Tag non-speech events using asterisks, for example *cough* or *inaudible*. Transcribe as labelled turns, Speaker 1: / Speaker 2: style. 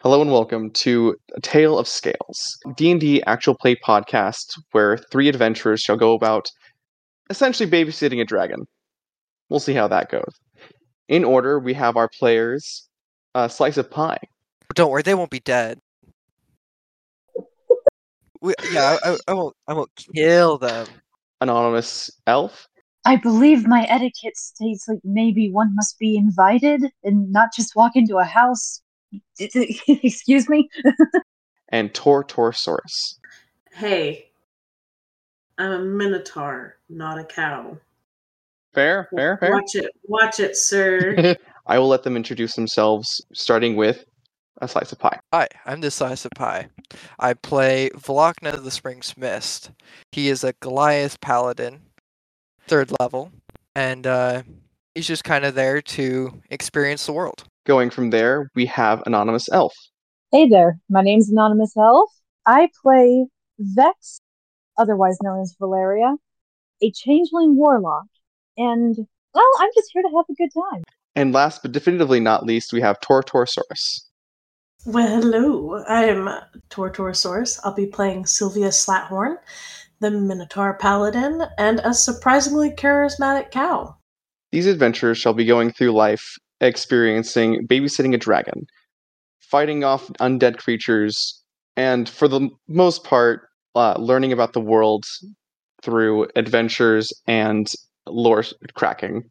Speaker 1: Hello and welcome to A Tale of Scales, D&D actual play podcast where three adventurers shall go about essentially babysitting a dragon. We'll see how that goes. In order, we have our players uh, Slice of Pie.
Speaker 2: Don't worry, they won't be dead. We, yeah, I, I, I won't. I won't kill them.
Speaker 1: Anonymous Elf.
Speaker 3: I believe my etiquette states like maybe one must be invited and not just walk into a house. *laughs* Excuse me?
Speaker 1: and Tor Torosaurus.
Speaker 4: Hey, I'm a minotaur, not a cow.
Speaker 1: Fair, fair, fair.
Speaker 4: Watch it, watch
Speaker 1: *laughs*
Speaker 4: it, sir.
Speaker 1: I will let them introduce themselves, starting with a slice of pie.
Speaker 2: Hi, I'm the slice of pie. I play Vlachna of the Spring's Mist. He is a Goliath paladin, third level, and uh, he's just kind of there to experience the world.
Speaker 1: Going from there, we have Anonymous Elf.
Speaker 5: Hey there, my name's Anonymous Elf. I play Vex, otherwise known as Valeria, a changeling warlock, and well, I'm just here to have a good time.
Speaker 1: And last but definitively not least, we have Tor Torosaurus.
Speaker 4: well, hello. I'm Tortorosaurus. I'll be playing Sylvia Slathorn, the Minotaur Paladin, and a surprisingly charismatic cow.
Speaker 1: These adventurers shall be going through life experiencing babysitting a dragon, fighting off undead creatures, and for the most part, uh, learning about the world through adventures and lore cracking.